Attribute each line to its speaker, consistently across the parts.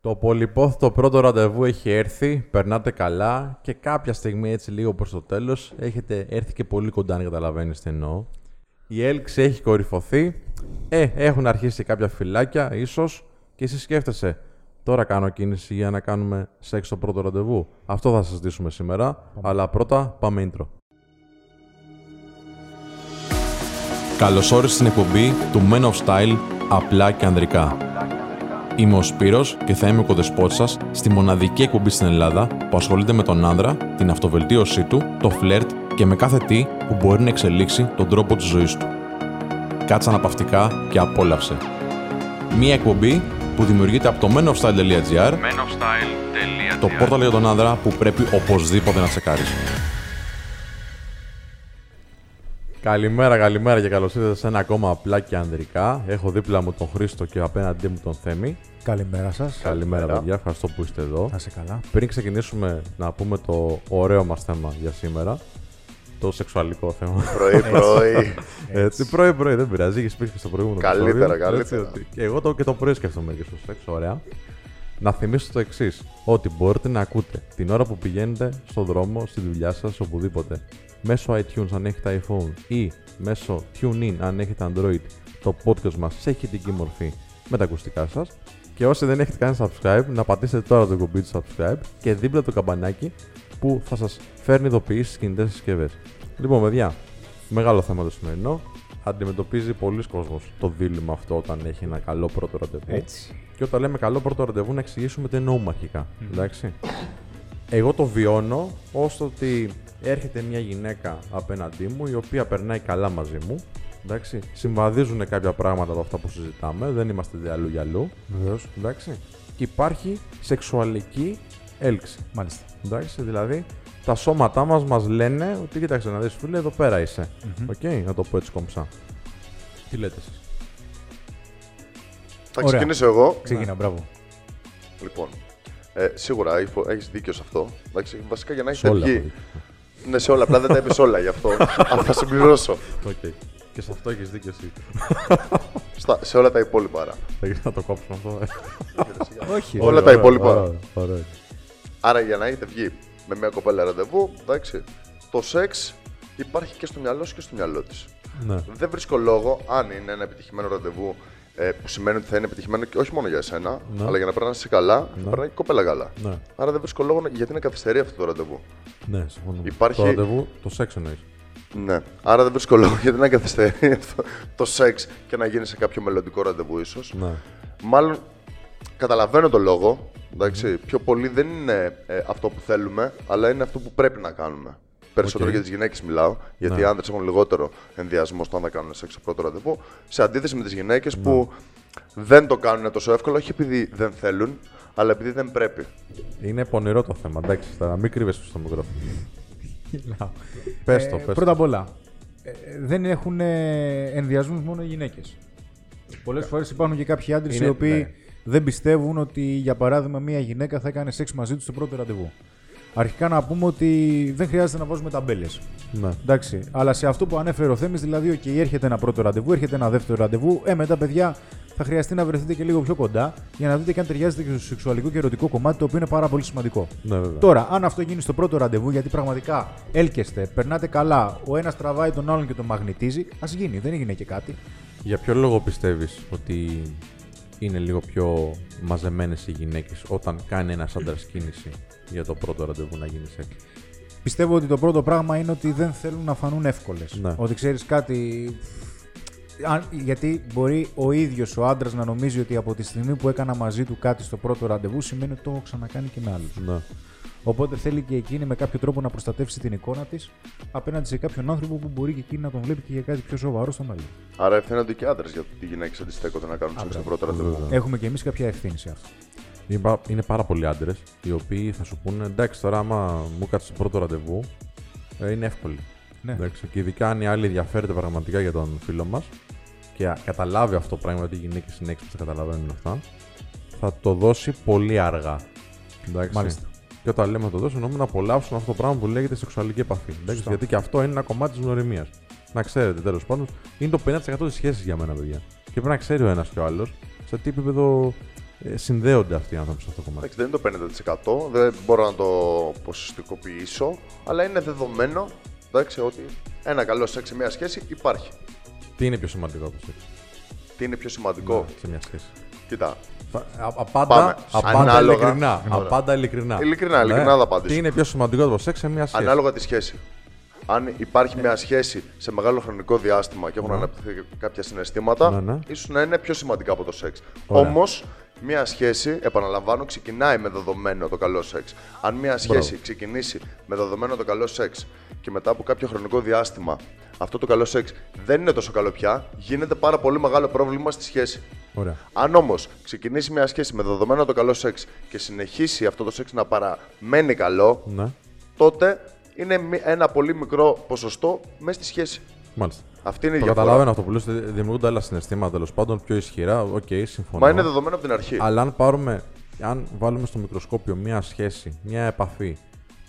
Speaker 1: Το πολυπόθητο πρώτο ραντεβού έχει έρθει, περνάτε καλά και κάποια στιγμή έτσι λίγο προς το τέλος έχετε έρθει και πολύ κοντά αν καταλαβαίνεις τι εννοώ. Η έλξη έχει κορυφωθεί, ε, έχουν αρχίσει κάποια φυλάκια ίσως και εσύ σκέφτεσαι τώρα κάνω κίνηση για να κάνουμε σεξ το πρώτο ραντεβού. Αυτό θα συζητήσουμε σήμερα, αλλά πρώτα πάμε intro. Καλώς όρισες στην εκπομπή του Men of Style απλά και ανδρικά. Είμαι ο Σπύρος και θα είμαι ο κοδεσπότης σας στη μοναδική εκπομπή στην Ελλάδα που ασχολείται με τον άνδρα, την αυτοβελτίωσή του, το φλερτ και με κάθε τι που μπορεί να εξελίξει τον τρόπο της ζωής του. Κάτσε αναπαυτικά και απόλαυσε. Μία εκπομπή που δημιουργείται από το menofstyle.gr το πόρταλ για τον άνδρα που πρέπει οπωσδήποτε να τσεκάρεις. Καλημέρα, καλημέρα και καλώς ήρθατε σε ένα ακόμα απλά και ανδρικά. Έχω δίπλα μου τον Χρήστο και απέναντί μου τον Θέμη.
Speaker 2: Καλημέρα σας.
Speaker 1: Καλημέρα, παιδιά. Ευχαριστώ που είστε εδώ.
Speaker 2: Να είσαι καλά.
Speaker 1: Πριν ξεκινήσουμε να πούμε το ωραίο μας θέμα για σήμερα, το σεξουαλικό θέμα.
Speaker 3: Πρωί-πρωί.
Speaker 1: Έτσι, πρωί-πρωί, δεν πειράζει. Έχεις πει και στο προηγούμενο
Speaker 3: Καλύτερα,
Speaker 1: επεισόδιο,
Speaker 3: καλύτερα.
Speaker 1: έτσι, ότι- και εγώ το, και το πρωί σκέφτομαι και στο σεξ, ωραία. Να θυμίσω το εξής: Ότι μπορείτε να ακούτε την ώρα που πηγαίνετε στον δρόμο, στη δουλειά σας, οπουδήποτε. Μέσω iTunes αν έχετε iPhone ή μέσω TuneIn αν έχετε Android, το podcast μας σε ηχητική μορφή με τα ακουστικά σας. Και όσοι δεν έχετε κάνει subscribe, να πατήσετε τώρα το κουμπί του subscribe και δίπλα το καμπανάκι που θα σας φέρνει ειδοποιήσεις στις κινητές συσκευές. Λοιπόν, παιδιά, μεγάλο θέμα το σημερινό. Αντιμετωπίζει πολλοί κόσμος το δίλημα αυτό όταν έχει ένα καλό πρώτο ραντεβού.
Speaker 2: Έτσι.
Speaker 1: Και όταν λέμε καλό πρώτο ραντεβού, να εξηγήσουμε τι εννοούμε αρχικά. Εντάξει. Εγώ το βιώνω ώστε ότι έρχεται μια γυναίκα απέναντί μου η οποία περνάει καλά μαζί μου. Εντάξει. Συμβαδίζουν κάποια πράγματα από αυτά που συζητάμε. Δεν είμαστε δε αλλού για αλλού.
Speaker 2: Βεβαίως.
Speaker 1: Εντάξει. Και υπάρχει σεξουαλική έλξη.
Speaker 2: Μάλιστα.
Speaker 1: Εντάξει, δηλαδή τα σώματά μας μας λένε ότι κοίταξε να δεις φίλε εδώ πέρα είσαι. Οκ, να το πω έτσι κομψά. Τι λέτε εσείς.
Speaker 3: Θα
Speaker 2: Ωραία.
Speaker 3: ξεκινήσω εγώ.
Speaker 2: Ξεκινά, μπράβο.
Speaker 3: Λοιπόν, ε, σίγουρα έχεις δίκιο σε αυτό. Εντάξει, βασικά για να
Speaker 1: Σε
Speaker 3: έχετε
Speaker 1: όλα.
Speaker 3: βγει. Ναι, σε όλα. Απλά δεν τα είπες όλα γι' αυτό. Αλλά θα συμπληρώσω.
Speaker 1: Οκ. Και σε αυτό έχεις δίκιο εσύ.
Speaker 3: Στα, σε όλα τα υπόλοιπα. άρα.
Speaker 1: Θα το κόψουμε αυτό.
Speaker 2: Όχι.
Speaker 3: Όλα τα υπόλοιπα.
Speaker 1: Ωραία.
Speaker 3: Άρα για να έχετε βγει με μια κοπέλα ραντεβού, εντάξει, το σεξ υπάρχει και στο μυαλό σου και στο μυαλό της.
Speaker 1: Ναι.
Speaker 3: Δεν βρίσκω λόγο, αν είναι ένα επιτυχημένο ραντεβού, ε, που σημαίνει ότι θα είναι επιτυχημένο και όχι μόνο για εσένα, αλλά για να περνάει εσύ καλά, θα περνάει και η κοπέλα καλά.
Speaker 1: Ναι.
Speaker 3: Άρα δεν βρίσκω λόγο να- γιατί να καθυστερεί αυτό το ραντεβού.
Speaker 1: Ναι, συμφωνώ.
Speaker 3: Υπάρχει-
Speaker 1: Το ραντεβού, το σεξ εννοείς.
Speaker 3: Ναι. Άρα δεν βρίσκω λόγο γιατί να καθυστερεί αυτό το σεξ και να γίνει σε κάποιο μελλοντικό ραντεβού, ίσως.
Speaker 1: Ναι.
Speaker 3: Μάλλον καταλαβαίνω το λόγο. Εντάξει, πιο πολύ δεν είναι ε, αυτό που θέλουμε, αλλά είναι αυτό που πρέπει να κάνουμε. Περισσότερο
Speaker 1: Οκ. Ναι.
Speaker 3: για τις γυναίκες μιλάω, γιατί οι άντρε έχουν λιγότερο ενδιασμό στο αν θα κάνουν σεξ στο πρώτο ραντεβού, σε αντίθεση με τις γυναίκες που
Speaker 1: Ναι.
Speaker 3: δεν το κάνουν τόσο εύκολα, όχι επειδή δεν θέλουν, αλλά επειδή δεν πρέπει.
Speaker 1: Είναι πονηρό το θέμα, εντάξει, τώρα μην κρύβεσαι στο μικρόφωνο.
Speaker 2: Γελάω.
Speaker 1: Πες το,
Speaker 2: Ε,
Speaker 1: πες το.
Speaker 2: Πρώτα απ' όλα, ε, δεν έχουν ε, ενδιασμούς μόνο οι γυναίκες. Πολλές φορές υπάρχουν και κάποιοι άντρες
Speaker 1: Είναι-
Speaker 2: οι οποίοι
Speaker 1: ναι.
Speaker 2: δεν πιστεύουν ότι, για παράδειγμα, μία γυναίκα θα έκανε σεξ μαζί του στο πρώτο ραντεβού. Αρχικά να πούμε ότι δεν χρειάζεται να βάζουμε ταμπέλες.
Speaker 1: Ναι.
Speaker 2: Εντάξει, αλλά σε αυτό που ανέφερε ο Θέμης, δηλαδή, οκ, έρχεται ένα πρώτο ραντεβού, έρχεται ένα δεύτερο ραντεβού. Ε, μετά, παιδιά, θα χρειαστεί να βρεθείτε και λίγο πιο κοντά για να δείτε και αν ταιριάζετε και στο σεξουαλικό και ερωτικό κομμάτι, το οποίο είναι πάρα πολύ σημαντικό.
Speaker 1: Ναι, βέβαια.
Speaker 2: Τώρα, αν αυτό γίνει στο πρώτο ραντεβού, γιατί πραγματικά έλκεστε, περνάτε καλά, ο ένας τραβάει τον άλλον και τον μαγνητίζει, ας γίνει, δεν έγινε και κάτι.
Speaker 1: Για ποιο λόγο πιστεύεις ότι είναι λίγο πιο μαζεμένες οι γυναίκες όταν κάνει ένας άντρας κίνηση για το πρώτο ραντεβού να γίνει σεξ.
Speaker 2: Πιστεύω ότι το πρώτο πράγμα είναι ότι δεν θέλουν να φανούν εύκολες.
Speaker 1: Ναι.
Speaker 2: Ότι ξέρεις κάτι. Αν, γιατί μπορεί ο ίδιος ο άντρας να νομίζει ότι από τη στιγμή που έκανα μαζί του κάτι στο πρώτο ραντεβού σημαίνει ότι το έχω ξανακάνει και με άλλους.
Speaker 1: Ναι.
Speaker 2: Οπότε θέλει και εκείνη με κάποιο τρόπο να προστατεύσει την εικόνα της απέναντι σε κάποιον άνθρωπο που μπορεί και εκείνη να τον βλέπει και για κάτι πιο σοβαρό στο μέλλον.
Speaker 3: Άρα ευθύνονται και άντρες γιατί οι γυναίκε αντιστέκονται να κάνουν σεξ στο πρώτο ραντεβού.
Speaker 2: Έχουμε και εμείς κάποια ευθύνη σε αυτό.
Speaker 1: Είναι, πα- είναι πάρα πολλοί άντρες οι οποίοι θα σου πούνε εντάξει τώρα άμα μου κάτσε το πρώτο ραντεβού ε, είναι εύκολη.
Speaker 2: Ναι.
Speaker 1: Εντάξει, και ειδικά αν η άλλη ενδιαφέρεται πραγματικά για τον φίλο μας και α- καταλάβει αυτό το πράγμα ότι οι γυναίκες είναι έξυπνε, τα καταλαβαίνουν αυτά, θα το δώσει πολύ αργά. Εντάξει.
Speaker 2: Μάλιστα.
Speaker 1: Και όταν λέμε να το δώσω, εννοούμε να απολαύσουν αυτό το πράγμα που λέγεται σεξουαλική επαφή. Εντάξει,
Speaker 2: Σωστά.
Speaker 1: γιατί και αυτό είναι ένα κομμάτι της γνωριμίας. Να ξέρετε, τέλος πάντων, είναι το 50% της σχέσης για μένα, παιδιά. Και πρέπει να ξέρει ο ένας και ο άλλος σε τι επίπεδο ε, συνδέονται αυτοί οι άνθρωποι σε αυτό το κομμάτι.
Speaker 3: Εντάξει, δεν είναι το 50%, δεν μπορώ να το ποσοστικοποιήσω, αλλά είναι δεδομένο εντάξει, ότι ένα καλό σεξ σε μια σχέση υπάρχει.
Speaker 1: Τι είναι πιο σημαντικό από σεξ
Speaker 3: Τι είναι πιο σημαντικό.
Speaker 1: σε μια σχέση.
Speaker 3: Κοιτά,
Speaker 1: Θα- α- Απάντα,
Speaker 3: Πάμε.
Speaker 1: απάντα
Speaker 3: Ανάλογα.
Speaker 1: ειλικρινά.
Speaker 3: Ωραία.
Speaker 1: Απάντα ειλικρινά.
Speaker 3: Ειλικρινά,
Speaker 1: Ναι.
Speaker 3: ειλικρινά θα απαντήσω.
Speaker 1: Τι είναι πιο σημαντικό από το σεξ σε μια σχέση.
Speaker 3: ανάλογα τη σχέση. Αν υπάρχει μια σχέση σε μεγάλο χρονικό διάστημα και έχουν αναπτυχθεί και κάποια συναισθήματα,
Speaker 1: Ναι, ναι.
Speaker 3: ίσως να είναι πιο σημαντικά από το σεξ.
Speaker 1: Ωραία.
Speaker 3: Όμως, μια σχέση, επαναλαμβάνω, ξεκινάει με δεδομένο το καλό σεξ. Αν μια σχέση ξεκινήσει με δεδομένο το καλό σεξ και μετά από κάποιο χρονικό διάστημα αυτό το καλό σεξ δεν είναι τόσο καλό πια, γίνεται πάρα πολύ μεγάλο πρόβλημα στη σχέση.
Speaker 1: Ωραία.
Speaker 3: Αν όμως ξεκινήσει μια σχέση με δεδομένο το καλό σεξ και συνεχίσει αυτό το σεξ να παραμένει καλό,
Speaker 1: Ναι,
Speaker 3: τότε είναι μι- ένα πολύ μικρό ποσοστό μέσα στη σχέση.
Speaker 1: μάλιστα.
Speaker 3: Αυτή είναι η
Speaker 1: Το
Speaker 3: διαφορά.
Speaker 1: καταλαβαίνω αυτό που λες, ότι δημιουργούνται άλλα συναισθήματα τέλος πάντων πιο ισχυρά. Οκ, συμφωνώ.
Speaker 3: Μα είναι δεδομένο από την αρχή.
Speaker 1: Αλλά αν πάρουμε, αν βάλουμε στο μικροσκόπιο μια σχέση, μια επαφή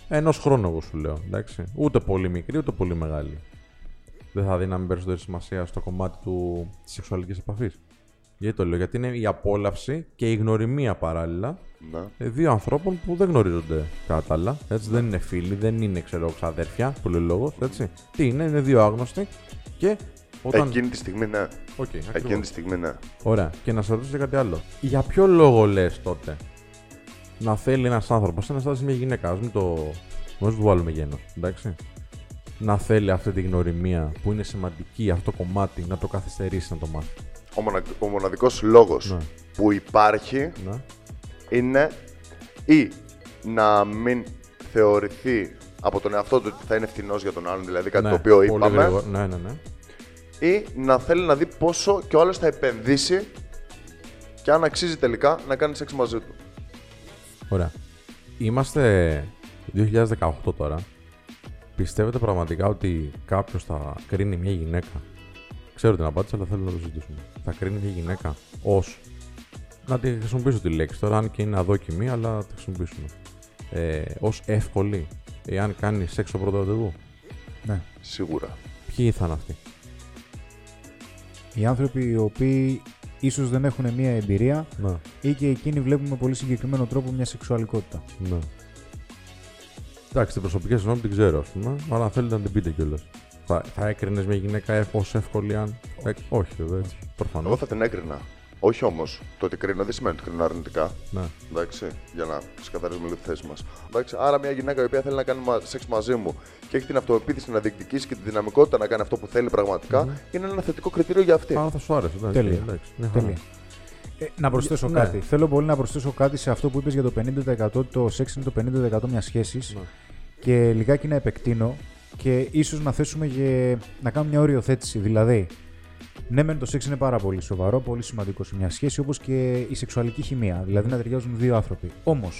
Speaker 1: ενός χρόνου, εγώ σου λέω. Εντάξει. Ούτε πολύ μικρή, ούτε πολύ μεγάλη. Δεν θα δίναμε περισσότερη σημασία στο κομμάτι του της σεξουαλικής επαφής. Γιατί το λέω, Γιατί είναι η απόλαυση και η γνωριμία παράλληλα
Speaker 3: Ναι.
Speaker 1: ε, δύο ανθρώπων που δεν γνωρίζονται κατάλληλα. Έτσι, δεν είναι φίλοι, δεν είναι ξέρω, ξαδέρφια, πολύ λόγος. Έτσι. Τι είναι, είναι δύο άγνωστοι και όταν.
Speaker 3: Εκείνη τη στιγμή ναι.
Speaker 1: Οκ, ακριβώς.
Speaker 3: Εκείνη τη στιγμή ναι.
Speaker 1: Ωραία. Και να σε ρωτήσω και κάτι άλλο. Για ποιο λόγο λες τότε να θέλει ένας άνθρωπος, σαν να στάσει μια γυναίκα, ας μην το. Μόλις που βάλουμε γένος, εντάξει. Να θέλει αυτή τη γνωριμία που είναι σημαντική, αυτό το κομμάτι, να το καθυστερήσει να το μάθει.
Speaker 3: Ο, μονα... ο μοναδικός λόγος
Speaker 1: Ναι.
Speaker 3: που υπάρχει
Speaker 1: Να.
Speaker 3: είναι ή να μην θεωρηθεί από τον εαυτό του ότι θα είναι φθηνό για τον άλλον, δηλαδή κάτι
Speaker 1: ναι,
Speaker 3: το οποίο
Speaker 1: πολύ
Speaker 3: είπαμε,
Speaker 1: γρήγορα. Ναι, ναι, ναι.
Speaker 3: ή να θέλει να δει πόσο και ο άλλος θα επενδύσει και αν αξίζει τελικά να κάνει σεξ μαζί του.
Speaker 1: Ωραία. Είμαστε 2018 τώρα. Πιστεύετε πραγματικά ότι κάποιος θα κρίνει μια γυναίκα. Ξέρω την απάντηση, αλλά θέλω να το συζητήσουμε. Θα κρίνει μια γυναίκα ως. Να τη χρησιμοποιήσω τη λέξη τώρα, αν και είναι αδόκιμη, αλλά τη χρησιμοποιήσουμε. Ε, ως εύκολη, εάν κάνει σεξ στο πρώτο ραντεβού.
Speaker 2: Ναι.
Speaker 3: Σίγουρα.
Speaker 1: Ποιοι θα είναι αυτοί.
Speaker 2: Οι άνθρωποι οι οποίοι ίσως δεν έχουν μία εμπειρία
Speaker 1: Να,
Speaker 2: ή και εκείνοι βλέπουν με πολύ συγκεκριμένο τρόπο μια σεξουαλικότητα.
Speaker 1: ναι. Εντάξει, την προσωπική σα γνώμη την ξέρω, ας πούμε, αλλά αν θέλετε να την πείτε κιόλας. Θα, θα έκρινες μια γυναίκα ως εύκολη, αν. Ε, όχι, βέβαια, έτσι. Προφανώς.
Speaker 3: Εγώ θα την έκρινα. Όχι όμως. Το ότι κρίνω δεν σημαίνει ότι κρίνω αρνητικά.
Speaker 1: Ναι.
Speaker 3: Εντάξει, για να ξεκαθαρίζουμε λίγο τη θέση μας. Εντάξει, άρα μια γυναίκα η οποία θέλει να κάνει μα- σεξ μαζί μου και έχει την αυτοεπίθεση να διεκδικήσει και τη δυναμικότητα να κάνει αυτό που θέλει πραγματικά, είναι ένα θετικό κριτήριο για αυτή.
Speaker 1: Άρα θα σου άρεσε. εντάξει,
Speaker 2: Τέλεια.
Speaker 1: εντάξει, μια χαρά.
Speaker 2: Τέλεια. Ε, να προσθέσω
Speaker 1: Ναι.
Speaker 2: κάτι. Θέλω πολύ να προσθέσω κάτι σε αυτό που είπες για το 50%. Το σεξ είναι το 50% μιας σχέσης.
Speaker 1: Ναι.
Speaker 2: Και λιγάκι να επεκτείνω και ίσως να θέσουμε και να κάνουμε μια οριοθέτηση. Δηλαδή, ναι, μεν το σεξ είναι πάρα πολύ σοβαρό, πολύ σημαντικό σε μια σχέση, όπως και η σεξουαλική χημεία. Δηλαδή, να ταιριάζουν δύο άνθρωποι. Όμως,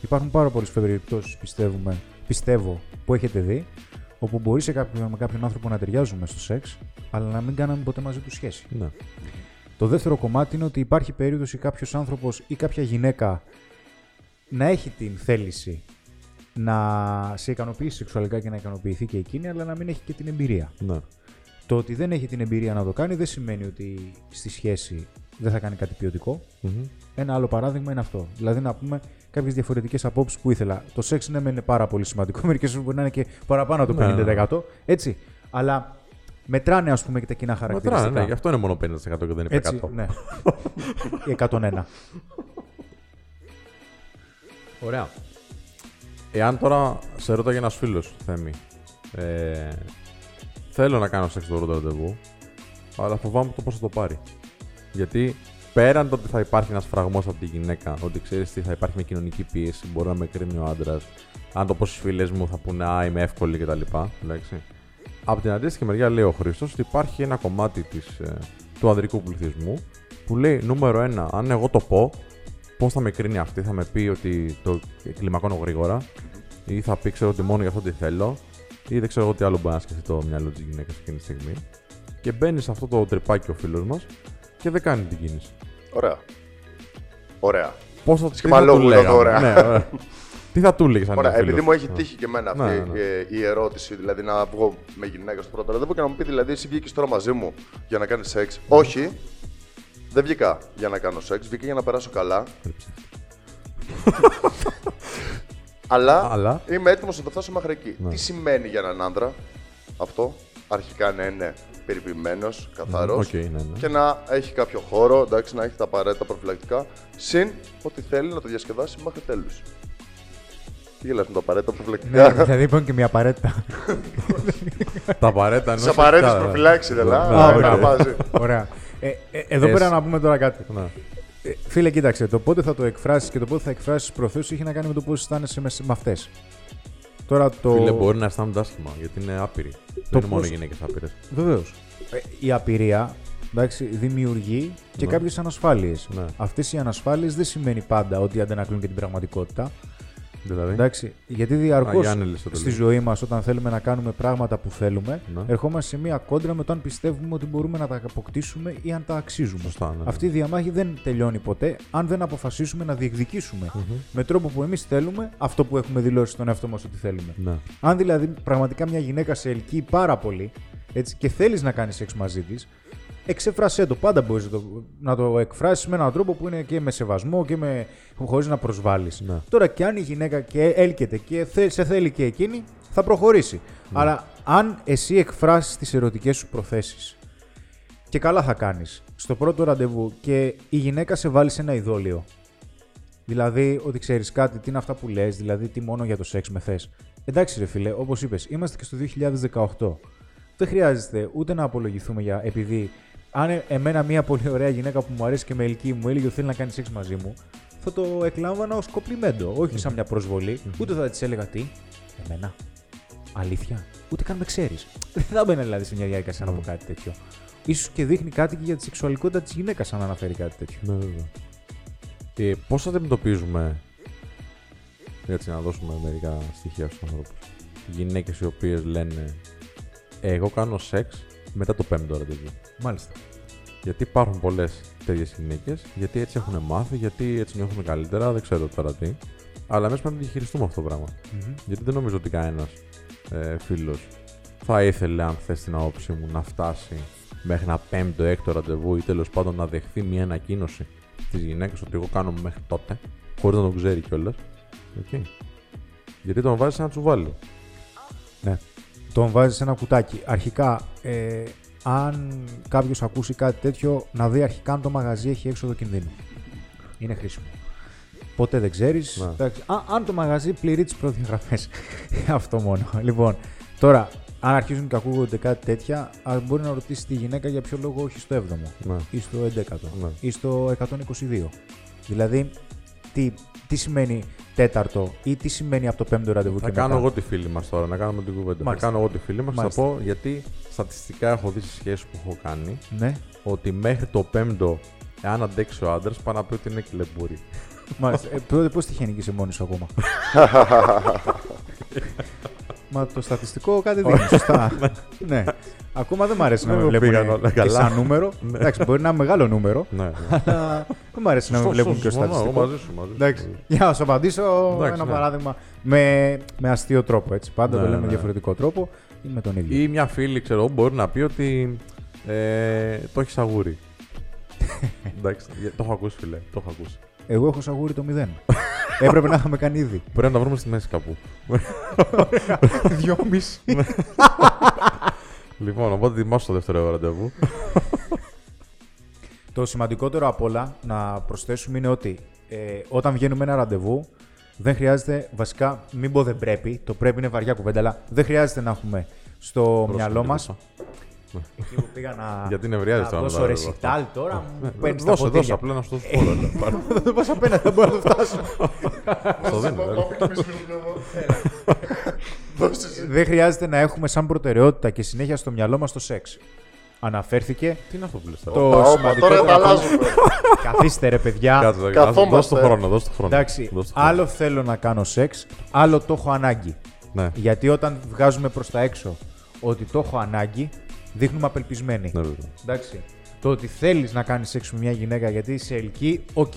Speaker 2: υπάρχουν πάρα πολλές περιπτώσει, πιστεύουμε, πιστεύω, που έχετε δει, όπου μπορεί σε κάποιον, με κάποιον άνθρωπο να ταιριάζουμε στο σεξ, αλλά να μην κάναμε ποτέ μαζί τους σχέση.
Speaker 1: Ναι.
Speaker 2: Το δεύτερο κομμάτι είναι ότι υπάρχει περίπτωση κάποιος άνθρωπος ή κάποια γυναίκα να έχει την θέληση να σε ικανοποιήσει σεξουαλικά και να ικανοποιηθεί και εκείνη, αλλά να μην έχει και την εμπειρία.
Speaker 1: Ναι.
Speaker 2: Το ότι δεν έχει την εμπειρία να το κάνει δεν σημαίνει ότι στη σχέση δεν θα κάνει κάτι ποιοτικό.
Speaker 1: Μμμ.
Speaker 2: Ένα άλλο παράδειγμα είναι αυτό. Δηλαδή να πούμε κάποιες διαφορετικές απόψεις που ήθελα. Το σεξ ναι, μεν είναι πάρα πολύ σημαντικό. Μερικές φορές μπορεί να είναι και παραπάνω από το
Speaker 1: Ναι, ναι, ναι.
Speaker 2: 50%. Έτσι. Αλλά μετράνε, ας πούμε, και τα κοινά χαρακτηριστικά.
Speaker 1: Μετράνε, ναι, γι' αυτό είναι μόνο 50% και δεν είναι 100%.
Speaker 2: Έτσι, ναι. Ή 101.
Speaker 1: Ωραία. Εάν τώρα σε ρώτα ένας φίλος, Θέμη, ε, θέλω να κάνω σεξ στο πρώτο ραντεβού, αλλά φοβάμαι το πώς θα το πάρει. Γιατί πέραν το ότι θα υπάρχει ένας φραγμός από τη γυναίκα, ότι ξέρεις τι, θα υπάρχει μια κοινωνική πίεση, μπορεί να με κρίνει ο άντρας, αν το πω στι φίλες μου θα πούνε Α, είμαι εύκολη κτλ. Εντάξει. Από την αντίστοιχη μεριά λέει ο Χρήστος ότι υπάρχει ένα κομμάτι της, ε, του ανδρικού πληθυσμού που λέει νούμερο ένα, αν εγώ το πω, πώς θα με κρίνει αυτή, θα με πει ότι το κλιμακώνω γρήγορα, ή θα πει ξέρω ότι μόνο για αυτό τι θέλω, ή δεν ξέρω εγώ τι άλλο μπορεί να σκεφτεί το μυαλό της γυναίκας εκείνη τη στιγμή. Και μπαίνει σε αυτό το τρυπάκι ο φίλος μας και δεν κάνει την κίνηση.
Speaker 3: Ωραία. Ωραία.
Speaker 1: Πώς θα, τι
Speaker 3: Σχήμα
Speaker 1: θα του
Speaker 3: λόγου ήταν
Speaker 1: λέγαμε,
Speaker 3: ωραία.
Speaker 1: ναι, ωραία. τι θα του έλεγε αν
Speaker 3: Ωραία,
Speaker 1: ήταν
Speaker 3: επειδή
Speaker 1: φίλος.
Speaker 3: μου έχει τύχει και εμένα αυτή
Speaker 1: Ναι, ναι.
Speaker 3: ε, η ερώτηση, δηλαδή να βγω με
Speaker 1: Ναι.
Speaker 3: γυναίκα στο πρώτο ραντεβού και να μου πει δηλαδή, εσύ βγήκες τώρα μαζί μου για να κάνεις σεξ. Όχι, Δεν βγήκα για να κάνω σεξ, βγήκα για να περάσω καλά. Αλλά,
Speaker 1: Αλλά. Ναι.
Speaker 3: είμαι έτοιμος να το φτάσω μέχρι εκεί. Τι σημαίνει για έναν άντρα αυτό, αρχικά να είναι περιποιημένος, καθαρός
Speaker 1: Οκ, ναι, ναι.
Speaker 3: και να έχει κάποιο χώρο, εντάξει, να έχει τα απαραίτητα προφυλακτικά. Συν ότι θέλει να το διασκεδάσει μέχρι τέλους. Τι γελάς με τα απαραίτητα
Speaker 2: Ναι,
Speaker 3: προφυλακτικά.
Speaker 2: δηλαδή είπαν και μια απαραίτητα.
Speaker 1: Τα απαραίτητα ενός
Speaker 3: Τις απαραίτητες
Speaker 1: εκτάρα.
Speaker 3: προφυλάξει,
Speaker 1: Ναι,
Speaker 3: αλλά
Speaker 1: ναι.
Speaker 3: να βάζει.
Speaker 2: Ωραία. Ε, ε, εδώ
Speaker 1: Εσύ.
Speaker 2: πέρα να πούμε τώρα κάτι.
Speaker 1: Ναι.
Speaker 2: Ε, Φίλε, κοίταξε, το πότε θα το εκφράσεις και το πότε θα εκφράσεις προθέσεις έχει να κάνει με το πώς αισθάνεσαι μες, με αυτές. Τώρα το.
Speaker 1: Φίλε, μπορεί να αισθάνονται άσχημα γιατί είναι άπειροι. Δεν είναι μόνο
Speaker 2: πώς-
Speaker 1: γυναίκες άπειρες.
Speaker 2: Βεβαίως. Ε, Η απειρία εντάξει, δημιουργεί και
Speaker 1: Ναι.
Speaker 2: κάποιες ανασφάλειες.
Speaker 1: Ναι.
Speaker 2: Αυτές οι ανασφάλειες δεν σημαίνει πάντα ότι αντανακλούν και την πραγματικότητα.
Speaker 1: Δηλαδή.
Speaker 2: Εντάξει, γιατί διαρκώς
Speaker 1: Α, για άνελες το
Speaker 2: στη
Speaker 1: λέω.
Speaker 2: ζωή μας, όταν θέλουμε να κάνουμε πράγματα που θέλουμε,
Speaker 1: Ναι.
Speaker 2: ερχόμαστε σε μία κόντρα με το αν πιστεύουμε ότι μπορούμε να τα αποκτήσουμε ή αν τα αξίζουμε.
Speaker 1: Σωστά, ναι.
Speaker 2: Αυτή η διαμάχη δεν τελειώνει ποτέ αν δεν αποφασίσουμε να διεκδικησουμε με τρόπο που εμείς θέλουμε αυτό που έχουμε δηλώσει στον εαυτό μας ότι θέλουμε.
Speaker 1: Ναι.
Speaker 2: Αν δηλαδή πραγματικά μια γυναίκα σε ελκύει πάρα πολύ έτσι, και θέλεις να κάνεις σεξ μαζί της, εξεφράσέ το. Πάντα μπορείς να το, να το εκφράσεις με έναν τρόπο που είναι και με σεβασμό και με, χωρίς να προσβάλλεις.
Speaker 1: Ναι.
Speaker 2: Τώρα και αν η γυναίκα και έλκεται και θε- σε θέλει και εκείνη, θα προχωρήσει.
Speaker 1: Ναι.
Speaker 2: Αλλά αν εσύ εκφράσεις τις ερωτικές σου προθέσεις και καλά θα κάνεις στο πρώτο ραντεβού και η γυναίκα σε βάλει σε ένα ειδόλιο. Δηλαδή ότι ξέρεις κάτι, τι είναι αυτά που λες, δηλαδή τι μόνο για το σεξ με θες. Εντάξει, ρε φίλε, όπως είπες, είμαστε και στο 2018. Δεν χρειάζεται ούτε να απολογηθούμε για επειδή αν ε- εμένα μια πολύ ωραία γυναίκα που μου αρέσει και με ελκύει μου έλεγε ότι θέλει να κάνει σεξ μαζί μου, θα το εκλάμβανα ως κοπλιμέντο, όχι σαν μια προσβολη ούτε θα της έλεγα τι. Εμένα. Αλήθεια. Ούτε καν με ξέρεις. Δεν θα μπαίνα δηλαδή σε μια διαδικασία να πω κάτι τέτοιο. Ίσως και δείχνει κάτι και για τη σεξουαλικότητα της γυναίκας, αν αναφέρει κάτι τέτοιο.
Speaker 1: Ναι, βέβαια. Ε, πώς αντιμετωπίζουμε, έτσι να δώσουμε μερικά στοιχεία στους ανθρώπους, γυναίκες οι οποίες λένε εγώ κάνω σεξ μετά το πέμπτο ραντεβού.
Speaker 2: Μάλιστα.
Speaker 1: Γιατί υπάρχουν πολλές τέτοιες γυναίκες, γιατί έτσι έχουν μάθει, γιατί έτσι νιώθουν καλύτερα, δεν ξέρω τώρα τι. Αλλά εμείς πρέπει να το διαχειριστούμε αυτό το πραγμα Γιατί δεν νομίζω ότι κανένας ε, φίλος θα ήθελε, αν θες την άποψή μου, να φτάσει μέχρι ένα πέμπτο, έκτο ραντεβού ή τέλος πάντων να δεχθεί μια ανακοίνωση της γυναίκας ότι εγώ κάνω μέχρι τότε, χωρίς να τον ξέρει κιόλας. Γιατί τον βάζεις σε ένα τσουβάλι.
Speaker 2: Ναι. Τον βάζεις σε ένα κουτάκι. Αρχικά, ε, αν κάποιος ακούσει κάτι τέτοιο, να δει αρχικά αν το μαγαζί έχει έξοδο κινδύνου. Είναι χρήσιμο. Ποτέ δεν ξέρεις.
Speaker 1: Ναι.
Speaker 2: Αν το μαγαζί πληρεί τις προδιαγραφές. Αυτό μόνο. Λοιπόν, τώρα, αν αρχίζουν και ακούγονται κάτι τέτοια, ας, μπορεί να ρωτήσεις τη γυναίκα για ποιο λόγο όχι στο 7ο
Speaker 1: Ναι.
Speaker 2: ή στο 11ο
Speaker 1: Ναι.
Speaker 2: ή στο 122. Δηλαδή, τι, τι σημαίνει τέταρτο ή τι σημαίνει από το 5ο ραντεβού
Speaker 1: Θα
Speaker 2: και
Speaker 1: κάνω
Speaker 2: μετά.
Speaker 1: εγώ τη φίλη μας τώρα, να κάνουμε την κουβέντα.
Speaker 2: Μάλιστα.
Speaker 1: Θα κάνω εγώ τη φίλη μας και θα
Speaker 2: Μάλιστα.
Speaker 1: πω γιατί στατιστικά έχω δει στι σχέσει που έχω κάνει
Speaker 2: Ναι.
Speaker 1: ότι μέχρι το πέμπτο, εάν αντέξει ο άντρας, πάει να πει ότι είναι κλεμπούρι.
Speaker 2: Μάλιστα. Ε, τότε πώς τυχαίνει και είσαι μόνη σου ακόμα. Μα το στατιστικό κάτι δίνει. Σωστά. ναι. Ακόμα δεν μ' αρέσει να
Speaker 1: Δεν
Speaker 2: με
Speaker 1: μου πήγαν
Speaker 2: βλέπουν
Speaker 1: όλα
Speaker 2: και
Speaker 1: καλά.
Speaker 2: σαν νούμερο. Εντάξει, μπορεί να είναι μεγάλο νούμερο,
Speaker 1: Ναι.
Speaker 2: αλλά δεν μ' αρέσει να με βλέπουν και ω
Speaker 1: Εγώ
Speaker 2: στατιστικό.
Speaker 1: μαζί σου. Μαζί σου.
Speaker 2: Εντάξει. Για να σου απαντήσω
Speaker 1: Εντάξει,
Speaker 2: ένα
Speaker 1: ναι.
Speaker 2: παράδειγμα με, με αστείο τρόπο. Έτσι. Πάντα
Speaker 1: Ναι,
Speaker 2: το λέμε
Speaker 1: ναι.
Speaker 2: με διαφορετικό τρόπο ή με τον ίδιο.
Speaker 1: Ή μια φίλη, ξέρω εγώ, μπορεί να πει ότι ε, το έχεις αγούρι. Εντάξει, για- το έχω ακούσει, φίλε. Το έχω ακούσει.
Speaker 2: Εγώ έχω σαγούρι το 0. Έπρεπε να είχαμε κάνει ήδη.
Speaker 1: Πρέπει να τα βρούμε στη μέση κάπου.
Speaker 2: Δυόμιση.
Speaker 1: λοιπόν, οπότε ετοιμάσου το δεύτερο ραντεβού.
Speaker 2: Το σημαντικότερο απ' όλα να προσθέσουμε είναι ότι ε, όταν βγαίνουμε ένα ραντεβού, δεν χρειάζεται, βασικά, μην πω δεν πρέπει, το πρέπει είναι βαριά κουβέντα, αλλά δεν χρειάζεται να έχουμε στο μυαλό μα. Εκεί που πήγα να.
Speaker 1: Γιατί νευριάζεις
Speaker 2: να
Speaker 1: τώρα με
Speaker 2: δώσω
Speaker 1: τα Ε,
Speaker 2: ρεσιτάλ τώρα, μου παίρνεις τα
Speaker 1: Δώσε, δώσε,
Speaker 2: ποτήρια.
Speaker 1: απλά να σου δώσω φόρο. ναι, πάρε.
Speaker 2: Δεν το πας απέναντι, δεν μπορώ να το φτάσω.
Speaker 1: Το δίνω, δεν είναι.
Speaker 3: Δώσε.
Speaker 2: δεν χρειάζεται να έχουμε σαν προτεραιότητα και συνέχεια στο μυαλό μας το σεξ. Αναφέρθηκε.
Speaker 1: Τι είναι αυτό που λες τώρα.
Speaker 2: Το
Speaker 3: Όπα,
Speaker 2: σημαντικό.
Speaker 3: τώρα τα αλλάζουμε.
Speaker 2: Καθίστε ρε παιδιά.
Speaker 1: ε, Κάτσε, κάτσε,
Speaker 3: καθόμαστε.
Speaker 1: Δώσ' το χρόνο, δώσ' το χρόνο.
Speaker 2: Εντάξει,
Speaker 1: Δώσ' Λοιπόν, το χρόνο.
Speaker 2: άλλο θέλω να κάνω σεξ, άλλο το έχω ανάγκη.
Speaker 1: Ναι.
Speaker 2: Γιατί όταν βγάζουμε προς τα έξω ότι το έχω ανάγκη, δείχνουμε απελπισμένοι.
Speaker 1: Ναι, βέβαια.
Speaker 2: Εντάξει. Το ότι θέλεις να κάνεις σεξ με μια γυναίκα γιατί σε ελκύει, οκ.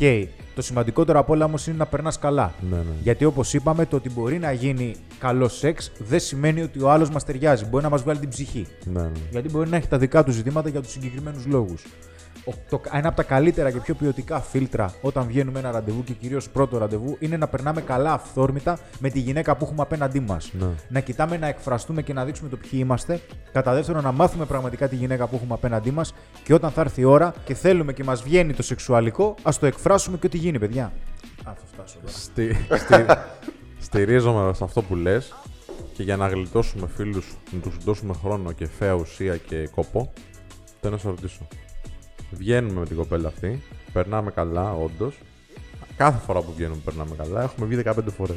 Speaker 2: Το σημαντικότερο απ' όλα όμως είναι να περνάς καλά.
Speaker 1: Ναι, ναι.
Speaker 2: Γιατί όπως είπαμε, το ότι μπορεί να γίνει καλό σεξ δεν σημαίνει ότι ο άλλος μας ταιριάζει. Μπορεί να μας βγάλει την ψυχή.
Speaker 1: Ναι, ναι.
Speaker 2: Γιατί μπορεί να έχει τα δικά του ζητήματα για τους συγκεκριμένους λόγους. ο- το, ένα από τα καλύτερα και πιο ποιοτικά φίλτρα όταν βγαίνουμε ένα ραντεβού και κυρίως πρώτο ραντεβού είναι να περνάμε καλά αυθόρμητα με τη γυναίκα που έχουμε απέναντί μας.
Speaker 1: Ναι.
Speaker 2: Να κοιτάμε να εκφραστούμε και να δείξουμε το ποιοι είμαστε. Κατά δεύτερον, να μάθουμε πραγματικά τη γυναίκα που έχουμε απέναντί μας και όταν θα έρθει η ώρα και θέλουμε και μας βγαίνει το σεξουαλικό, ας το εκφράσουμε και ό,τι γίνει, παιδιά. Α, θα φτάσω εδώ.
Speaker 1: Στη, στη, στηρίζομαι σε αυτό που λες και για να γλιτώσουμε φίλους, να τους δώσουμε χρόνο και φαία ουσία και κόπο, θέλω να σε ρωτήσω. Βγαίνουμε με την κοπέλα αυτή, περνάμε καλά, όντως. Κάθε φορά που βγαίνουμε περνάμε καλά, έχουμε βγει 15 φορέ.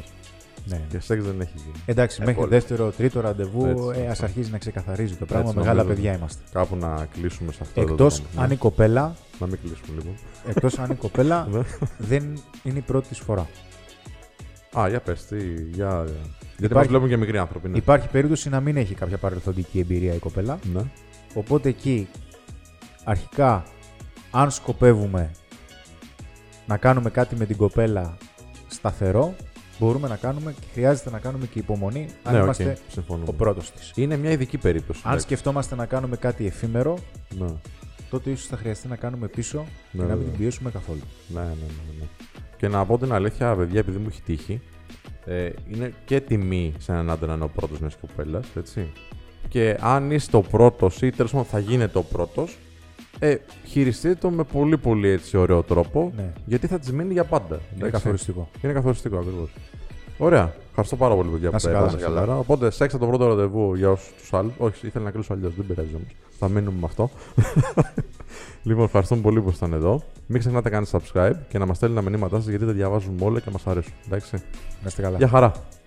Speaker 2: Ναι.
Speaker 1: Και σεξ δεν έχει γίνει.
Speaker 2: Εντάξει, μέχρι
Speaker 1: Ε, πολύ.
Speaker 2: δεύτερο, τρίτο ραντεβού,
Speaker 1: Έτσι,
Speaker 2: ε, ας αρχίζει να ξεκαθαρίζει το πράγμα.
Speaker 1: Έτσι
Speaker 2: Μεγάλα
Speaker 1: νομίζω.
Speaker 2: παιδιά είμαστε.
Speaker 1: Κάπου να κλείσουμε σε αυτό
Speaker 2: Εκτό
Speaker 1: το δρόμο. ναι.
Speaker 2: αν η κοπέλα,
Speaker 1: Να μην κλείσουμε λοιπόν.
Speaker 2: εκτός αν η κοπέλα
Speaker 1: Ναι.
Speaker 2: δεν είναι η πρώτη της φορά.
Speaker 1: Α, για πες, τι, για... Γιατί μας
Speaker 2: Υπάρχει-
Speaker 1: βλέπουν και μικροί άνθρωποι, ναι.
Speaker 2: Υπάρχει περίπτωση να μην έχει κάποια παρελθοντική εμπειρία η κοπέλα.
Speaker 1: Ναι.
Speaker 2: Οπότε εκεί, αρχικά, αν σκοπεύουμε να κάνουμε κάτι με την κοπέλα σταθερό, μπορούμε να κάνουμε και χρειάζεται να κάνουμε και υπομονή αν
Speaker 1: ναι, οκ,
Speaker 2: είμαστε
Speaker 1: συμφωνούμε.
Speaker 2: ο πρώτος της.
Speaker 1: Είναι μια ειδική περίπτωση.
Speaker 2: Αν
Speaker 1: εντάξει.
Speaker 2: σκεφτόμαστε να κάνουμε κάτι εφήμερο,
Speaker 1: Ναι.
Speaker 2: τότε ίσως θα χρειαστεί να κάνουμε πίσω και
Speaker 1: Ναι,
Speaker 2: να μην
Speaker 1: βέβαια.
Speaker 2: την πιέσουμε καθόλου.
Speaker 1: Ναι, ναι, ναι, ναι. Και να πω την αλήθεια, παιδιά, επειδή μου έχει τύχει, ε, είναι και τιμή σε έναν άντρα να είναι ο πρώτος μιας κοπέλας, έτσι. Και αν είστε ο πρώτος ή τέλος πάντων θα γίνετε ο πρώτος, ε, χειριστείτε το με πολύ πολύ έτσι ωραίο τρόπο,
Speaker 2: Ναι.
Speaker 1: γιατί θα της μείνει για πάντα.
Speaker 2: Είναι
Speaker 1: εντάξει.
Speaker 2: καθοριστικό.
Speaker 1: Είναι καθοριστικό ακριβώς. Ωραία. Ευχαριστώ πάρα πολύ, παιδιά,
Speaker 2: Να
Speaker 1: που
Speaker 2: σε
Speaker 1: τα
Speaker 2: καλά,
Speaker 1: είπαμε
Speaker 3: να σε καλά.
Speaker 1: σήμερα. Οπότε, σεξα το πρώτο ραντεβού για όσους τους άλλους. Όχι, ήθελα να κλείσω αλλιώς, δεν πειράζει όμως. Θα μείνουμε με αυτό. λοιπόν, ευχαριστούμε πολύ που ήσασταν εδώ. Μην ξεχνάτε να κάνετε subscribe και να μας στέλνετε μηνύματά σας γιατί τα διαβάζουμε όλα και μας αρέσουν. Εντάξει.
Speaker 2: Να είστε καλά.
Speaker 1: Γεια χαρά.